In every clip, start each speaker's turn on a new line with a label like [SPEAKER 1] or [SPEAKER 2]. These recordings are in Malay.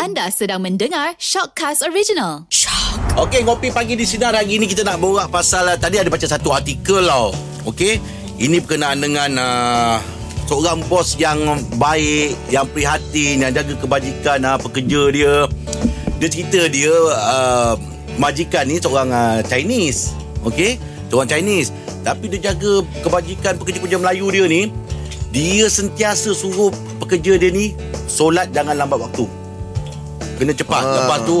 [SPEAKER 1] Anda sedang mendengar Shockcast Original.
[SPEAKER 2] Okey, ngopi pagi di sinar hari ini kita nak borak pasal uh, tadi ada baca satu artikel tau. Okey, ini berkenaan dengan uh, seorang bos yang baik, yang prihatin, yang jaga kebajikan uh, pekerja dia. Dia cerita dia uh, majikan ni seorang uh, Chinese. Okey, seorang Chinese. Tapi dia jaga kebajikan pekerja-pekerja Melayu dia ni. Dia sentiasa suruh pekerja dia ni solat jangan lambat waktu kena cepat ah. lepas tu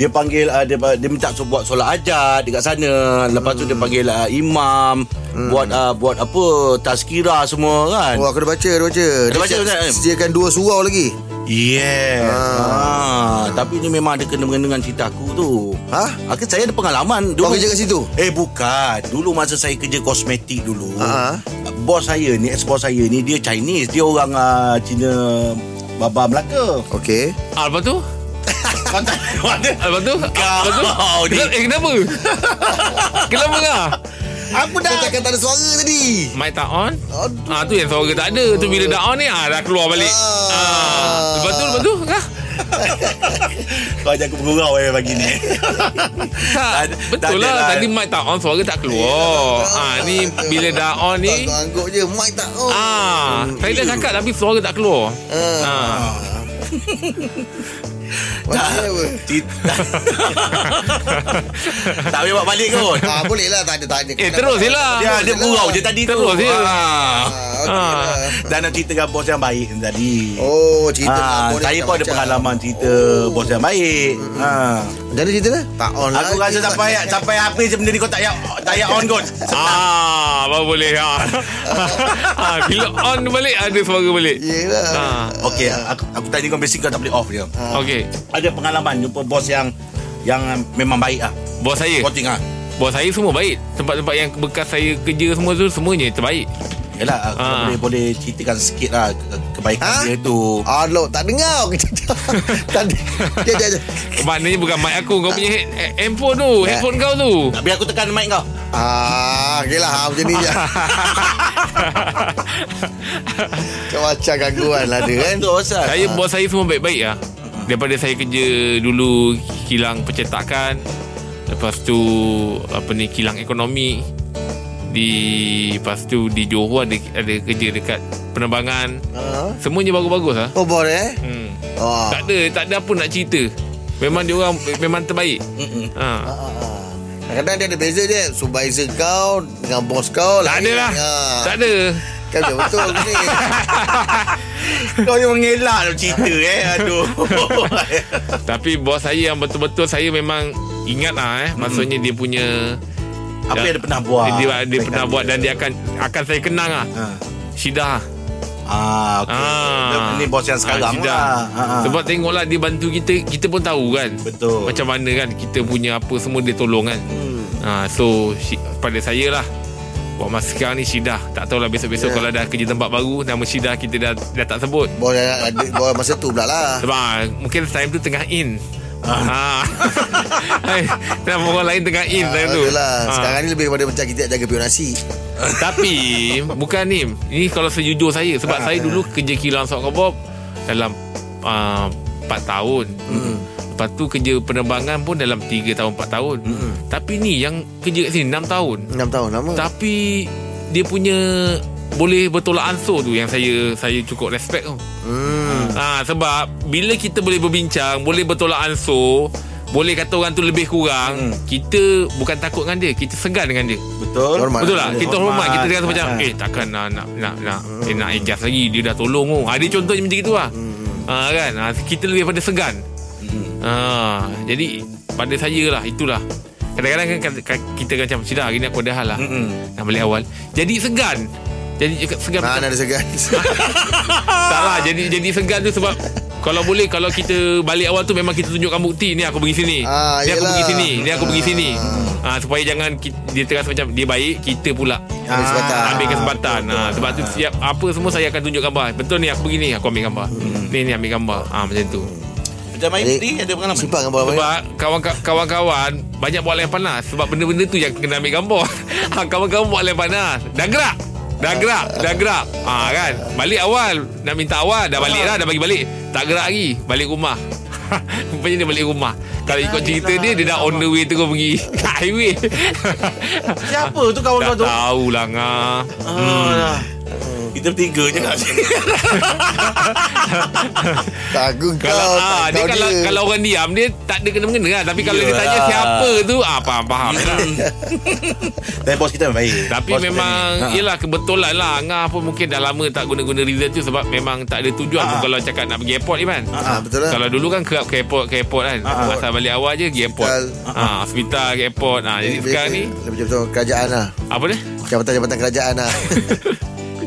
[SPEAKER 2] dia panggil uh, dia, dia minta so, buat solat ajat dekat sana lepas tu dia
[SPEAKER 3] Hmm.
[SPEAKER 2] panggil uh, imam hmm. buat uh, buat apa tazkirah semua kan
[SPEAKER 3] Wah kena Oh, baca Kena baca
[SPEAKER 2] Kena baca, Ustaz, kan?
[SPEAKER 3] Sediakan dua surau lagi
[SPEAKER 2] yeah ah. tapi ni memang ada kena mengena dengan cerita aku tu
[SPEAKER 3] Hah?
[SPEAKER 2] aku saya ada pengalaman
[SPEAKER 3] Ha? Kau kerja kat situ?
[SPEAKER 2] eh bukan dulu masa saya kerja kosmetik dulu
[SPEAKER 3] Ah.
[SPEAKER 2] bos saya ni ex bos saya ni dia Chinese dia orang uh, Cina Baba Melaka
[SPEAKER 3] Okey
[SPEAKER 4] Ah, lepas tu?
[SPEAKER 2] Pantai Mana
[SPEAKER 4] Ah, Lepas tu? Ah, Lepas tu?
[SPEAKER 2] Kau ni.
[SPEAKER 4] Kenapa? Eh, kenapa? kenapa kah?
[SPEAKER 2] Aku
[SPEAKER 3] Kau
[SPEAKER 2] dah
[SPEAKER 3] takkan tak ada suara tadi
[SPEAKER 4] Mic tak on?
[SPEAKER 3] Aduh.
[SPEAKER 4] Ah, tu yang suara tak ada. Tu bila dah on ni, ah, dah keluar balik.
[SPEAKER 3] Ah.
[SPEAKER 4] Ah. Lepas tu, lepas tu? Kah?
[SPEAKER 2] Kau ajak aku bergurau eh pagi ni Tak-
[SPEAKER 4] Tak,
[SPEAKER 2] tak
[SPEAKER 4] betul
[SPEAKER 2] ada
[SPEAKER 4] lah.
[SPEAKER 2] lah.
[SPEAKER 4] Tadi mic tak on, suara tak keluar. Ah, ni bila dah on ni,
[SPEAKER 3] Kau angguk je Mic Eh, tak on Hmm,
[SPEAKER 4] ah, saya dah cakap tapi suara tak keluar. Ah.
[SPEAKER 3] Maksudnya apa
[SPEAKER 2] Tak boleh buat balik kot
[SPEAKER 3] Ah, boleh lah tak ada tak ada.
[SPEAKER 4] Eh, terus je lah.
[SPEAKER 2] Dia dia gurau je tadi tu
[SPEAKER 4] Terus je lah.
[SPEAKER 3] Ah, okey
[SPEAKER 4] Ah.
[SPEAKER 3] lah.
[SPEAKER 2] Dan nak cerita dengan bos yang baik tadi
[SPEAKER 3] Oh, cerita
[SPEAKER 2] Ah, saya
[SPEAKER 3] lah, boleh
[SPEAKER 2] pun ada
[SPEAKER 3] macam-macam.
[SPEAKER 2] pengalaman cerita bos yang baik. Ha.
[SPEAKER 3] Jadi cerita dah? Tak on
[SPEAKER 2] Aku
[SPEAKER 3] lagi.
[SPEAKER 2] rasa sampai sampai habis je benda ni kau tak payah tak payah on kot.
[SPEAKER 4] Ah, baru boleh. Ah. ah, bila on balik ada suara balik.
[SPEAKER 3] Yelah
[SPEAKER 4] Ah.
[SPEAKER 2] Okey, aku aku tanya kau basic kau tak boleh off dia.
[SPEAKER 4] Okey.
[SPEAKER 2] Ada pengalaman jumpa bos yang yang memang baik ah.
[SPEAKER 4] Bos saya.
[SPEAKER 2] Kau tengah.
[SPEAKER 4] Bos saya semua baik. Tempat-tempat yang bekas saya kerja semua tu semuanya terbaik.
[SPEAKER 2] Yalah, aku
[SPEAKER 4] Ah.
[SPEAKER 2] boleh boleh ceritakan sikit lah ke- kebaikan
[SPEAKER 3] Ha?
[SPEAKER 2] dia tu.
[SPEAKER 3] Ah, lo, tak dengar aku cerita. Tadi. Dia dia dia.
[SPEAKER 4] Maknanya bukan mic aku kau punya head- eh, handphone tu, handphone kau tu.
[SPEAKER 2] Biar aku tekan mic kau.
[SPEAKER 3] Ah, okeylah ah, macam ni je. Macam gangguan lah dia kan.
[SPEAKER 2] Betul Ustaz.
[SPEAKER 4] Saya bos saya semua baik-baik lah. Daripada saya kerja dulu kilang percetakan, lepas tu apa ni kilang ekonomi di lepas tu di Johor ada ada kerja dekat penerbangan.
[SPEAKER 3] Ah.
[SPEAKER 4] Semuanya bagus-bagus lah.
[SPEAKER 3] Oh, boleh eh?
[SPEAKER 4] Hmm.
[SPEAKER 3] Oh.
[SPEAKER 4] Tak ada tak ada apa nak cerita. Memang dia orang memang terbaik. Ha.
[SPEAKER 3] Ah, ah. Kadang-kadang dia ada beza je Supervisor kau Dengan bos kau
[SPEAKER 4] Tak ada lah.
[SPEAKER 2] Ya.
[SPEAKER 3] ah.
[SPEAKER 4] Tak ada.
[SPEAKER 3] Kan dia betul ni
[SPEAKER 2] Kau yang mengelak dalam cerita eh. Aduh.
[SPEAKER 4] Tapi bos saya yang betul-betul saya memang ingat lah eh. Maksudnya
[SPEAKER 2] Hmm.
[SPEAKER 4] dia punya
[SPEAKER 2] Apa
[SPEAKER 4] dah-
[SPEAKER 2] yang dia pernah buat?
[SPEAKER 4] Ya. Dia, dia, dia pernah buat dan dia akan akan saya kenang lah. Ha,
[SPEAKER 2] Ha.
[SPEAKER 4] Sidah.
[SPEAKER 2] Ah, okay.
[SPEAKER 4] Ah.
[SPEAKER 2] Ni bos yang sekarang
[SPEAKER 4] Ah,
[SPEAKER 2] lah. Ha, ha.
[SPEAKER 4] Sebab tengoklah dia bantu kita, kita pun tahu kan.
[SPEAKER 2] Betul.
[SPEAKER 4] Macam mana kan kita punya apa semua dia tolong kan.
[SPEAKER 2] Hmm.
[SPEAKER 4] Ha, so si- pada saya lah Buat masa sekarang ni Syidah Tak tahulah
[SPEAKER 2] Ya.
[SPEAKER 4] besok-besok yeah. Kalau dah kerja tempat baru Nama Syidah kita dah, dah tak sebut
[SPEAKER 3] Bos yang ada Bos masa tu pula lah
[SPEAKER 4] Sebab ah, mungkin time tu tengah in Ha. Hai, Kenapa orang lain tengah in
[SPEAKER 3] Ah,
[SPEAKER 4] time tu
[SPEAKER 3] Yelah
[SPEAKER 4] Ah.
[SPEAKER 3] Sekarang ni lebih kepada macam Kita nak jaga pion nasi
[SPEAKER 4] Tapi Bukan ni Ini kalau sejujur saya Sebab saya dulu kerja kilang Sok Kebab Dalam uh, 4 tahun hmm. Lepas tu kerja penerbangan pun Dalam 3 tahun 4 tahun hmm. Tapi ni yang kerja kat sini 6 tahun
[SPEAKER 3] 6 tahun lama
[SPEAKER 4] Tapi dia punya boleh bertolak ansur tu yang saya saya cukup respect tu.
[SPEAKER 3] hmm.
[SPEAKER 4] Ha sebab bila kita boleh berbincang, boleh bertolak ansur, boleh kata orang tu lebih
[SPEAKER 2] Hmm.
[SPEAKER 4] kurang, kita bukan takut dengan dia, kita segan dengan dia.
[SPEAKER 2] Betul. Ah.
[SPEAKER 3] Normal.
[SPEAKER 4] Betul lah
[SPEAKER 2] Hormat.
[SPEAKER 4] Kita hormat Kita rasa macam
[SPEAKER 2] Ha.
[SPEAKER 4] Eh takkan nak Nak nak, nak, eh, nak adjust lagi Dia dah tolong oh. Ada contohnya macam itu lah ha, kan ha, Kita lebih pada segan ha, Jadi Pada saya lah Itulah Kadang-kadang kan kata- kata- kita kan macam Sudah hari ni aku ada hal lah
[SPEAKER 2] Mm-mm.
[SPEAKER 4] Nak balik awal Jadi segan Jadi cakap segan
[SPEAKER 3] Mana ada segan
[SPEAKER 4] Tak lah Jadi, jadi segan tu sebab kalau boleh Kalau kita balik awal tu Memang kita tunjukkan bukti Ni aku pergi sini
[SPEAKER 3] Ah,
[SPEAKER 4] Ni aku
[SPEAKER 3] yelah.
[SPEAKER 4] pergi sini Ni aku pergi
[SPEAKER 3] Ah.
[SPEAKER 4] sini ha, Supaya jangan ki- Dia terasa macam Dia baik Kita pula
[SPEAKER 3] Ambil kesempatan
[SPEAKER 2] Ah.
[SPEAKER 4] ambil kesempatan ha, sebab tu siap apa semua saya akan tunjuk gambar betul ni aku begini aku ambil gambar hmm. ni ni ambil gambar ha, macam tu
[SPEAKER 2] Macam main
[SPEAKER 3] Jadi,
[SPEAKER 2] free ada pengalaman.
[SPEAKER 3] Simpang dengan bos
[SPEAKER 4] sebab kawan- kawan-kawan banyak buat lain panas sebab benda-benda tu yang kena ambil gambar ha, kawan-kawan buat lain panas dah gerak dah gerak dah gerak ha, lah, kan balik awal nak minta awal dah balik dah dah bagi balik tak gerak lagi balik rumah Rupanya dia balik rumah Kalau ikut cerita dia Dia dah on the way terus pergi Kat highway
[SPEAKER 2] Siapa tu
[SPEAKER 4] Tak
[SPEAKER 2] kawan-kawan tu?
[SPEAKER 4] tahulah ngah
[SPEAKER 2] Alah. Kita bertiga je lah. kat sini.
[SPEAKER 3] Tak aku kau
[SPEAKER 4] Kalau
[SPEAKER 3] tak
[SPEAKER 4] ah, dia
[SPEAKER 3] kau
[SPEAKER 4] kalau dia. kalau orang diam dia tak ada kena-mengena lah. Tapi kalau dia
[SPEAKER 2] Yelah.
[SPEAKER 4] tanya siapa tu ah faham faham. lah.
[SPEAKER 2] Tapi bos kita baik.
[SPEAKER 4] Tapi
[SPEAKER 2] Bos kita ni.
[SPEAKER 4] memang
[SPEAKER 2] Ha.
[SPEAKER 4] Yelah kebetulan lah Angah pun mungkin dah lama tak guna-guna result tu Sebab memang tak ada tujuan
[SPEAKER 2] Ah.
[SPEAKER 4] pun Kalau cakap nak pergi airport Iman
[SPEAKER 2] Ha,
[SPEAKER 3] Ah, betul lah.
[SPEAKER 4] Kalau dulu kan kerap ke airport Ke airport kan
[SPEAKER 2] Ah.
[SPEAKER 4] Asal balik awal je pergi airport
[SPEAKER 3] Hospital.
[SPEAKER 4] ah, Hospital ke airport ah,
[SPEAKER 3] Eh,
[SPEAKER 4] Jadi sekarang ni
[SPEAKER 3] Lebih betul kerajaan lah
[SPEAKER 4] Apa dia?
[SPEAKER 3] Jabatan-jabatan kerajaan lah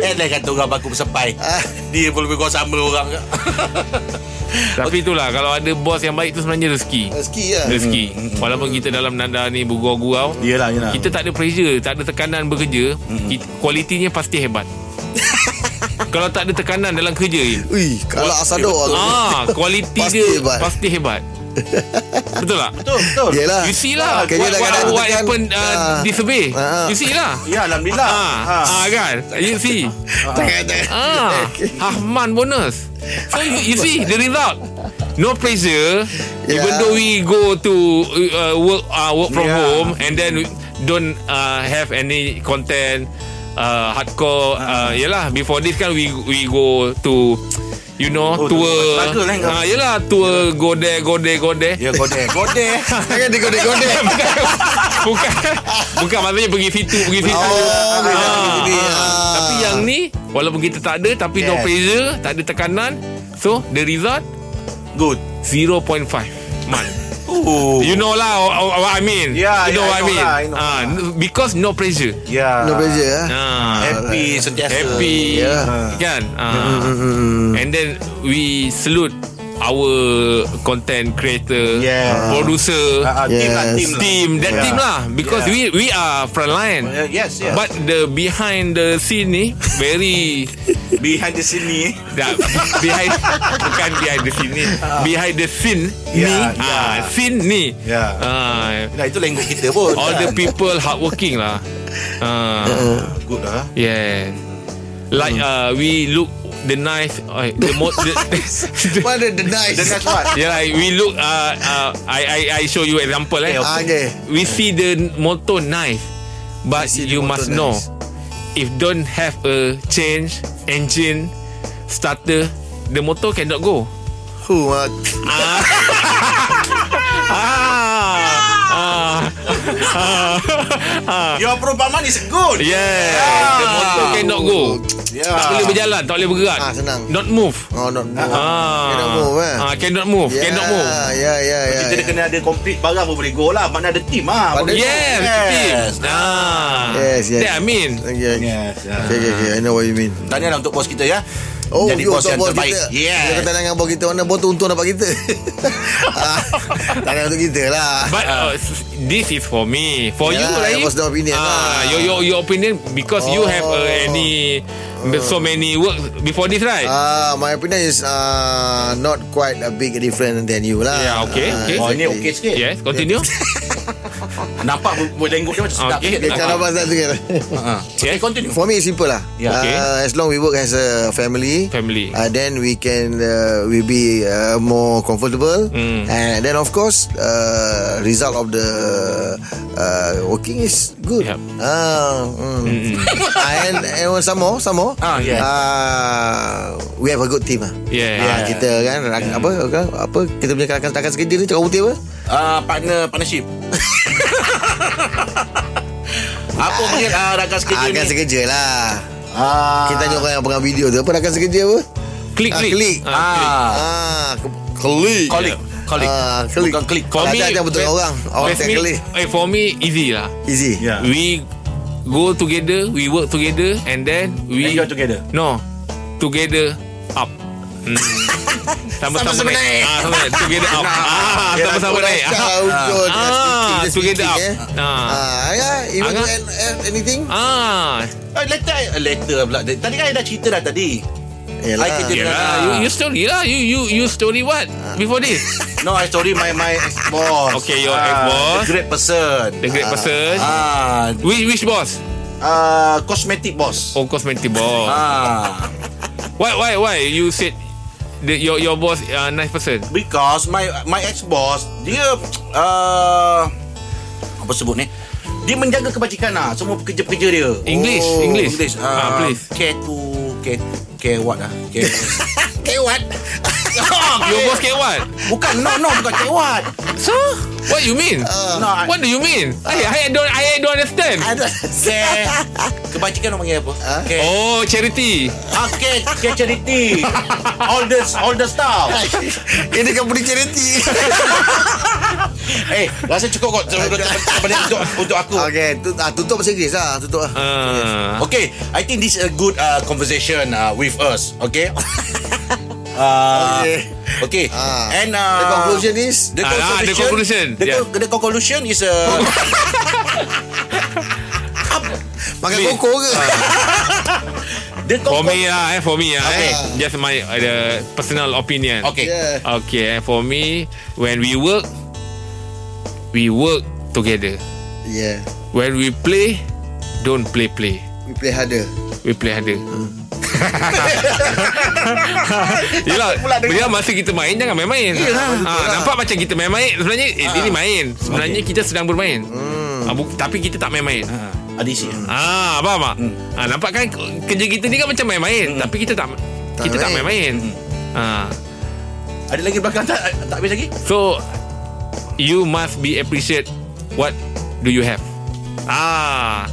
[SPEAKER 2] Eh dah kata orang baku bersepai.
[SPEAKER 3] Ah.
[SPEAKER 2] Dia pun lebih kuasa sama orang.
[SPEAKER 4] Tapi itulah Kalau ada bos yang baik tu sebenarnya rezeki
[SPEAKER 3] Rezeki lah
[SPEAKER 4] Rezeki Walaupun kita dalam nanda ni Bergurau-gurau
[SPEAKER 2] Yelah, yelah.
[SPEAKER 4] Kita tak ada pressure Tak ada tekanan bekerja kita, Kualitinya pasti hebat Kalau tak ada tekanan dalam kerja Im.
[SPEAKER 3] Ui, kalau asado aku.
[SPEAKER 4] Ah, Kualiti
[SPEAKER 3] Pasti
[SPEAKER 4] dia
[SPEAKER 3] hebat.
[SPEAKER 4] Pasti hebat Betul tak?
[SPEAKER 2] Betul, betul.
[SPEAKER 3] Yelah.
[SPEAKER 4] You see lah
[SPEAKER 3] Kerja
[SPEAKER 4] What,
[SPEAKER 3] dah
[SPEAKER 4] what,
[SPEAKER 3] kadang
[SPEAKER 4] what
[SPEAKER 3] tekan.
[SPEAKER 4] happened
[SPEAKER 3] Ah.
[SPEAKER 4] uh, Di survey
[SPEAKER 3] Ah.
[SPEAKER 4] You see lah
[SPEAKER 2] Ya, Alhamdulillah. Ha.
[SPEAKER 4] Ah, ah kan You see
[SPEAKER 3] Jangan, jangan.
[SPEAKER 4] Ah, Hahman bonus. So you, you see the result. No pressure. Yeah.
[SPEAKER 3] Yeah.
[SPEAKER 4] Even though we go to uh, work uh, work from
[SPEAKER 2] Yeah.
[SPEAKER 4] yeah. home and then we don't uh, have any content uh, hardcore. Uh, yelah, before this kan we we go to you know
[SPEAKER 2] Oh,
[SPEAKER 4] oh,
[SPEAKER 2] tu
[SPEAKER 4] tour.
[SPEAKER 2] Melaka lah kau.
[SPEAKER 4] Ah, yelah tour go there go there go there.
[SPEAKER 2] Ya, godek. Godek.
[SPEAKER 4] Ah.
[SPEAKER 3] Jangan digodek-godek.
[SPEAKER 4] bukan bukan maksudnya pergi situ pergi situ.
[SPEAKER 3] Oh, boleh
[SPEAKER 4] Ah,
[SPEAKER 3] dah pergi sini.
[SPEAKER 4] ah.
[SPEAKER 3] Ah.
[SPEAKER 4] Tapi yang ni walaupun kita tak ada tapi no
[SPEAKER 2] Yes.
[SPEAKER 4] pressure, tak ada tekanan. So the result
[SPEAKER 2] Good.
[SPEAKER 4] 0.5 man.
[SPEAKER 2] Oh.
[SPEAKER 4] You know lah what- what I mean.
[SPEAKER 2] Yeah,
[SPEAKER 4] you know
[SPEAKER 2] yeah,
[SPEAKER 4] what
[SPEAKER 2] I
[SPEAKER 4] I
[SPEAKER 2] know
[SPEAKER 4] mean.
[SPEAKER 2] lah, I know
[SPEAKER 4] Ah, because no pressure.
[SPEAKER 2] Ya.
[SPEAKER 3] No pressure lah.
[SPEAKER 4] Ah,
[SPEAKER 2] Happy sentiasa.
[SPEAKER 4] happy
[SPEAKER 3] Yeah.
[SPEAKER 4] kan.
[SPEAKER 2] Mm-hmm.
[SPEAKER 4] Ah. And then we salute our content creator,
[SPEAKER 2] Yeah.
[SPEAKER 4] producer,
[SPEAKER 2] Ah, ah, Team lah,
[SPEAKER 3] Yes.
[SPEAKER 2] team lah.
[SPEAKER 4] team that
[SPEAKER 2] Yeah.
[SPEAKER 4] team lah because
[SPEAKER 2] Yeah.
[SPEAKER 4] we we are frontline
[SPEAKER 2] Yeah, Ya, Yes, yes.
[SPEAKER 4] but the behind the scene ni very
[SPEAKER 2] behind the scene ni
[SPEAKER 4] dah, behind bukan behind the scene ni behind the scene
[SPEAKER 3] Ya,
[SPEAKER 4] ni
[SPEAKER 2] Yeah,
[SPEAKER 4] ah
[SPEAKER 2] yeah.
[SPEAKER 4] scene ni
[SPEAKER 2] Yeah.
[SPEAKER 4] ah
[SPEAKER 2] Nah itu language kita pun Ah.
[SPEAKER 4] all the people hardworking lah ah
[SPEAKER 2] Good lah
[SPEAKER 4] yeah like
[SPEAKER 3] Hmm.
[SPEAKER 4] uh, we look the nice uh, the most the, the,
[SPEAKER 3] Mana the nice?
[SPEAKER 2] Then that's what
[SPEAKER 4] yeah like we look uh, uh, I I I show you example eh
[SPEAKER 2] Yeah,
[SPEAKER 3] Ah, okay.
[SPEAKER 4] we see the motor nice but
[SPEAKER 3] We see the
[SPEAKER 4] you
[SPEAKER 3] motor
[SPEAKER 4] must
[SPEAKER 3] nice.
[SPEAKER 4] know if don't have a change engine starter the motor cannot go
[SPEAKER 3] Who, ah?
[SPEAKER 4] ah ah
[SPEAKER 2] Your perumpamaan is good Ya.
[SPEAKER 4] yeah
[SPEAKER 3] Ah.
[SPEAKER 4] the motor cannot go
[SPEAKER 2] yeah.
[SPEAKER 4] tak boleh berjalan tak boleh bergerak
[SPEAKER 3] Ah, senang.
[SPEAKER 4] not move
[SPEAKER 3] Oh, not move.
[SPEAKER 4] ah
[SPEAKER 3] Cannot move, eh?
[SPEAKER 4] ah cannot move
[SPEAKER 3] Yeah,
[SPEAKER 4] cannot move
[SPEAKER 3] yeah, yeah, yeah,
[SPEAKER 2] Kita dah
[SPEAKER 3] yeah.
[SPEAKER 2] kena ada complete barang pun boleh go lah Mana ada team lah
[SPEAKER 3] Pada-
[SPEAKER 4] yes yes ah
[SPEAKER 3] Yes, yes.
[SPEAKER 4] that I mean
[SPEAKER 3] Okay, okay.
[SPEAKER 2] Yes ah.
[SPEAKER 3] Okay, okay, okay. I know what you mean.
[SPEAKER 2] Tahniah lah untuk bos kita ya
[SPEAKER 3] Oh,
[SPEAKER 2] Jadi
[SPEAKER 3] you
[SPEAKER 2] bos
[SPEAKER 3] untuk
[SPEAKER 2] yang terbaik
[SPEAKER 3] Kita.
[SPEAKER 2] Yes
[SPEAKER 3] Dia kata dengan bos kita mana bos tu untung dapat kita. ah, tak ada untuk kita lah.
[SPEAKER 4] But uh, s- this is for me. For
[SPEAKER 3] Yalah,
[SPEAKER 4] you,
[SPEAKER 3] that
[SPEAKER 4] right?
[SPEAKER 3] was the opinion
[SPEAKER 4] Ah,
[SPEAKER 3] lah.
[SPEAKER 4] your your your opinion because you have
[SPEAKER 3] Oh.
[SPEAKER 4] uh, any so many work before this, right?
[SPEAKER 3] Ah, my opinion is ah not quite a big different than you lah.
[SPEAKER 4] Yeah, okay,
[SPEAKER 3] Ah,
[SPEAKER 4] okay.
[SPEAKER 2] Oh ini okey sikit
[SPEAKER 4] yes, continue.
[SPEAKER 2] Nampak boleh language dia macam sedap
[SPEAKER 4] Okay.
[SPEAKER 2] sikit
[SPEAKER 3] Dia kalau pasal tu kan.
[SPEAKER 2] Okay
[SPEAKER 4] yes.
[SPEAKER 2] continue
[SPEAKER 3] For me it's simple lah.
[SPEAKER 2] Yeah.
[SPEAKER 4] Okay.
[SPEAKER 3] Uh, as long we work as a family,
[SPEAKER 4] Family.
[SPEAKER 3] uh, then we can uh, we be uh, more comfortable.
[SPEAKER 4] Mm.
[SPEAKER 3] And then of course, uh, result of the uh, working is good.
[SPEAKER 4] Yep.
[SPEAKER 3] Ah, mm. and and some more, some more.
[SPEAKER 2] Ah, yes.
[SPEAKER 3] Uh, we have a good team ah.
[SPEAKER 4] Yeah.
[SPEAKER 3] Ah, kita kan yeah. apa apa- apa kita punya rakan-rakan sekerja ni cakap putih apa?
[SPEAKER 2] Ah, Partner partnership Apa panggil ah, rakan sekerja
[SPEAKER 3] Rakan
[SPEAKER 2] ni
[SPEAKER 3] sekerja lah.
[SPEAKER 2] Ah,
[SPEAKER 3] Kita tanya orang yang pegang video tu apa rakan sekerja apa?
[SPEAKER 4] Click,
[SPEAKER 3] Ah,
[SPEAKER 4] click.
[SPEAKER 3] click.
[SPEAKER 4] Ah,
[SPEAKER 2] Ah,
[SPEAKER 3] Ah, klik.
[SPEAKER 2] Colleague Colleague
[SPEAKER 3] Ah, klik.
[SPEAKER 2] Bukan klik
[SPEAKER 4] For
[SPEAKER 3] Tak
[SPEAKER 4] me,
[SPEAKER 3] ada yang betul
[SPEAKER 4] best-
[SPEAKER 3] orang. Orang
[SPEAKER 4] best
[SPEAKER 3] tak
[SPEAKER 4] me-
[SPEAKER 3] klik.
[SPEAKER 4] Eh, for me easy lah.
[SPEAKER 3] Easy.
[SPEAKER 2] Yeah.
[SPEAKER 4] We go together, we work together, and then we
[SPEAKER 2] Enjoy together.
[SPEAKER 4] No, together up. Hmm.
[SPEAKER 3] Sama-sama naik.
[SPEAKER 4] Ah, sama together up. Ah,
[SPEAKER 2] Ya,
[SPEAKER 4] sama-sama
[SPEAKER 3] Orang
[SPEAKER 4] naik.
[SPEAKER 3] cakap hujung, just
[SPEAKER 4] Ah,
[SPEAKER 3] speaking, just
[SPEAKER 4] together
[SPEAKER 3] speaking,
[SPEAKER 4] up.
[SPEAKER 3] eh.
[SPEAKER 4] Ah.
[SPEAKER 3] Ah, yeah, you want to
[SPEAKER 4] Angah?
[SPEAKER 3] add add anything?
[SPEAKER 4] Ah,
[SPEAKER 2] Ah, Letter eh, Letter pula Tadi kan I dah cerita dah tadi
[SPEAKER 3] Yalah.
[SPEAKER 2] I kerja dengan
[SPEAKER 4] yelah, you, you story lah. You you you story what before this?
[SPEAKER 2] No, I sorry my my ex-boss. Ah,
[SPEAKER 4] Okay, your ex-boss.
[SPEAKER 2] The great person.
[SPEAKER 4] The great person.
[SPEAKER 2] Ah,
[SPEAKER 4] Which which boss?
[SPEAKER 2] ah, cosmetic boss.
[SPEAKER 3] Ah.
[SPEAKER 4] Oh, cosmetic boss.
[SPEAKER 2] Ah,
[SPEAKER 4] Why why why you said the, your your boss uh, nice person.
[SPEAKER 2] Because my my ex boss dia uh, apa sebut ni? Dia menjaga kebajikan lah semua pekerja-pekerja dia.
[SPEAKER 4] English,
[SPEAKER 2] oh,
[SPEAKER 4] English.
[SPEAKER 2] English. Uh,
[SPEAKER 4] Ah, please.
[SPEAKER 2] Care to care care what lah? Care. care what?
[SPEAKER 3] Oh,
[SPEAKER 4] Your boss get what?
[SPEAKER 2] bukan no no bukan care what.
[SPEAKER 4] So what you mean?
[SPEAKER 3] Ah.
[SPEAKER 2] no, I-
[SPEAKER 4] what do you mean? I I don't I don't understand.
[SPEAKER 2] Care kebajikan orang panggil apa? Care.
[SPEAKER 4] oh charity.
[SPEAKER 2] Ah, care, care charity. all the all the stuff.
[SPEAKER 3] Ini kan company charity
[SPEAKER 2] eh, rasa cukup kot daripada daripada untuk untuk aku.
[SPEAKER 3] Okay tu, ah, Tutup bahasa Inggeris lah Tutup lah
[SPEAKER 4] Uh,
[SPEAKER 2] Okay, I think this is a good uh, conversation uh, with us. Okay. uh,
[SPEAKER 3] Okay.
[SPEAKER 2] okay.
[SPEAKER 3] Ah.
[SPEAKER 2] And uh,
[SPEAKER 3] The conclusion is
[SPEAKER 2] The
[SPEAKER 4] Ah,
[SPEAKER 2] conclusion.
[SPEAKER 4] the conclusion.
[SPEAKER 2] The,
[SPEAKER 4] Yeah.
[SPEAKER 2] co- the conclusion is uh, a.
[SPEAKER 3] Makan
[SPEAKER 4] Please.
[SPEAKER 3] koko ke
[SPEAKER 2] the
[SPEAKER 4] for
[SPEAKER 2] conclu-
[SPEAKER 4] me lah, eh, for me lah,
[SPEAKER 2] Okay.
[SPEAKER 4] eh. Just my uh, the personal opinion.
[SPEAKER 2] Okay.
[SPEAKER 3] Yeah.
[SPEAKER 4] Okay, eh, for me, when we work, we work together.
[SPEAKER 3] Yeah
[SPEAKER 4] When we play, don't play play.
[SPEAKER 3] We play harder
[SPEAKER 4] We play harder. Yelah Dia masa kita main Jangan main-main ha, Nampak macam kita main-main Sebenarnya eh, Dia
[SPEAKER 2] Ah.
[SPEAKER 4] ni main Sebenarnya kita sedang bermain
[SPEAKER 2] Hmm.
[SPEAKER 4] ha, bu- Tapi kita tak main-main
[SPEAKER 2] Adisi.
[SPEAKER 4] Ah, faham tak?
[SPEAKER 3] Hmm.
[SPEAKER 4] Ah, nampak kan ke- kerja kita ni kan macam main-main, tapi kita tak,
[SPEAKER 3] Tak
[SPEAKER 4] kita tak
[SPEAKER 3] main. Hmm.
[SPEAKER 4] main-main. Ah.
[SPEAKER 2] Ada lagi belakang tak? Tak habis lagi?
[SPEAKER 4] So you must be appreciate what do you have. Ah.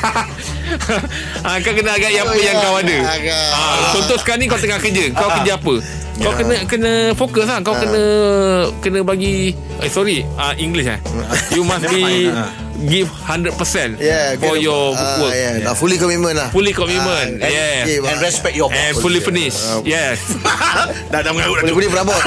[SPEAKER 4] ah, kau kena agak apa
[SPEAKER 3] Oh,
[SPEAKER 4] yang
[SPEAKER 3] ya,
[SPEAKER 4] kau ada.
[SPEAKER 3] agak. Ah.
[SPEAKER 4] Ah, contoh sekarang ni kau tengah kerja, kau kerja apa? Kau
[SPEAKER 3] Ya.
[SPEAKER 4] kena kena fokus lah Kau kena Kena bagi Eh sorry uh, English eh You must be
[SPEAKER 2] Ah.
[SPEAKER 4] Give 100%
[SPEAKER 3] Yeah
[SPEAKER 4] For
[SPEAKER 3] kena-
[SPEAKER 4] your
[SPEAKER 3] ah,
[SPEAKER 4] work
[SPEAKER 3] yeah. Dah fully commitment lah
[SPEAKER 4] Fully commitment
[SPEAKER 3] Ah,
[SPEAKER 4] Yeah
[SPEAKER 3] okay,
[SPEAKER 2] And respect your boss.
[SPEAKER 4] And fully
[SPEAKER 3] Oh,
[SPEAKER 4] finished
[SPEAKER 3] Ah,
[SPEAKER 4] Yes
[SPEAKER 2] Eh, dah dah mengarut dah tu.
[SPEAKER 3] Boleh-boleh berabot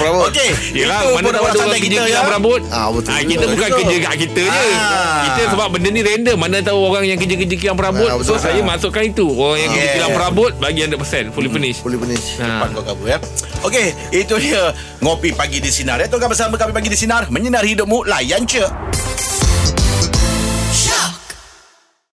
[SPEAKER 3] Berabot
[SPEAKER 2] Okey. itu
[SPEAKER 4] Yelah mana
[SPEAKER 2] borak-borak
[SPEAKER 4] ada orang
[SPEAKER 2] santai
[SPEAKER 4] kerja kita berambut
[SPEAKER 3] Ah, betul
[SPEAKER 4] ah,
[SPEAKER 3] juga.
[SPEAKER 4] Kita
[SPEAKER 3] Betul
[SPEAKER 4] bukan
[SPEAKER 2] juga.
[SPEAKER 4] kerja kat kita je
[SPEAKER 2] Ah.
[SPEAKER 4] Kita sebab benda ni random Mana tahu orang yang kerja-kerja kilang perabot
[SPEAKER 3] Ah,
[SPEAKER 4] So
[SPEAKER 3] betul juga.
[SPEAKER 4] saya masukkan itu Orang yang kerja
[SPEAKER 2] Yeah.
[SPEAKER 4] kilang perabot Bagi 100% Fully finish
[SPEAKER 3] Fully finish
[SPEAKER 2] Cepat
[SPEAKER 4] Ah.
[SPEAKER 2] kau cover ya. Okey, itu dia ngopi pagi di sinar. Ya, tu bersama kami pagi di sinar, menyinar hidupmu layan cek.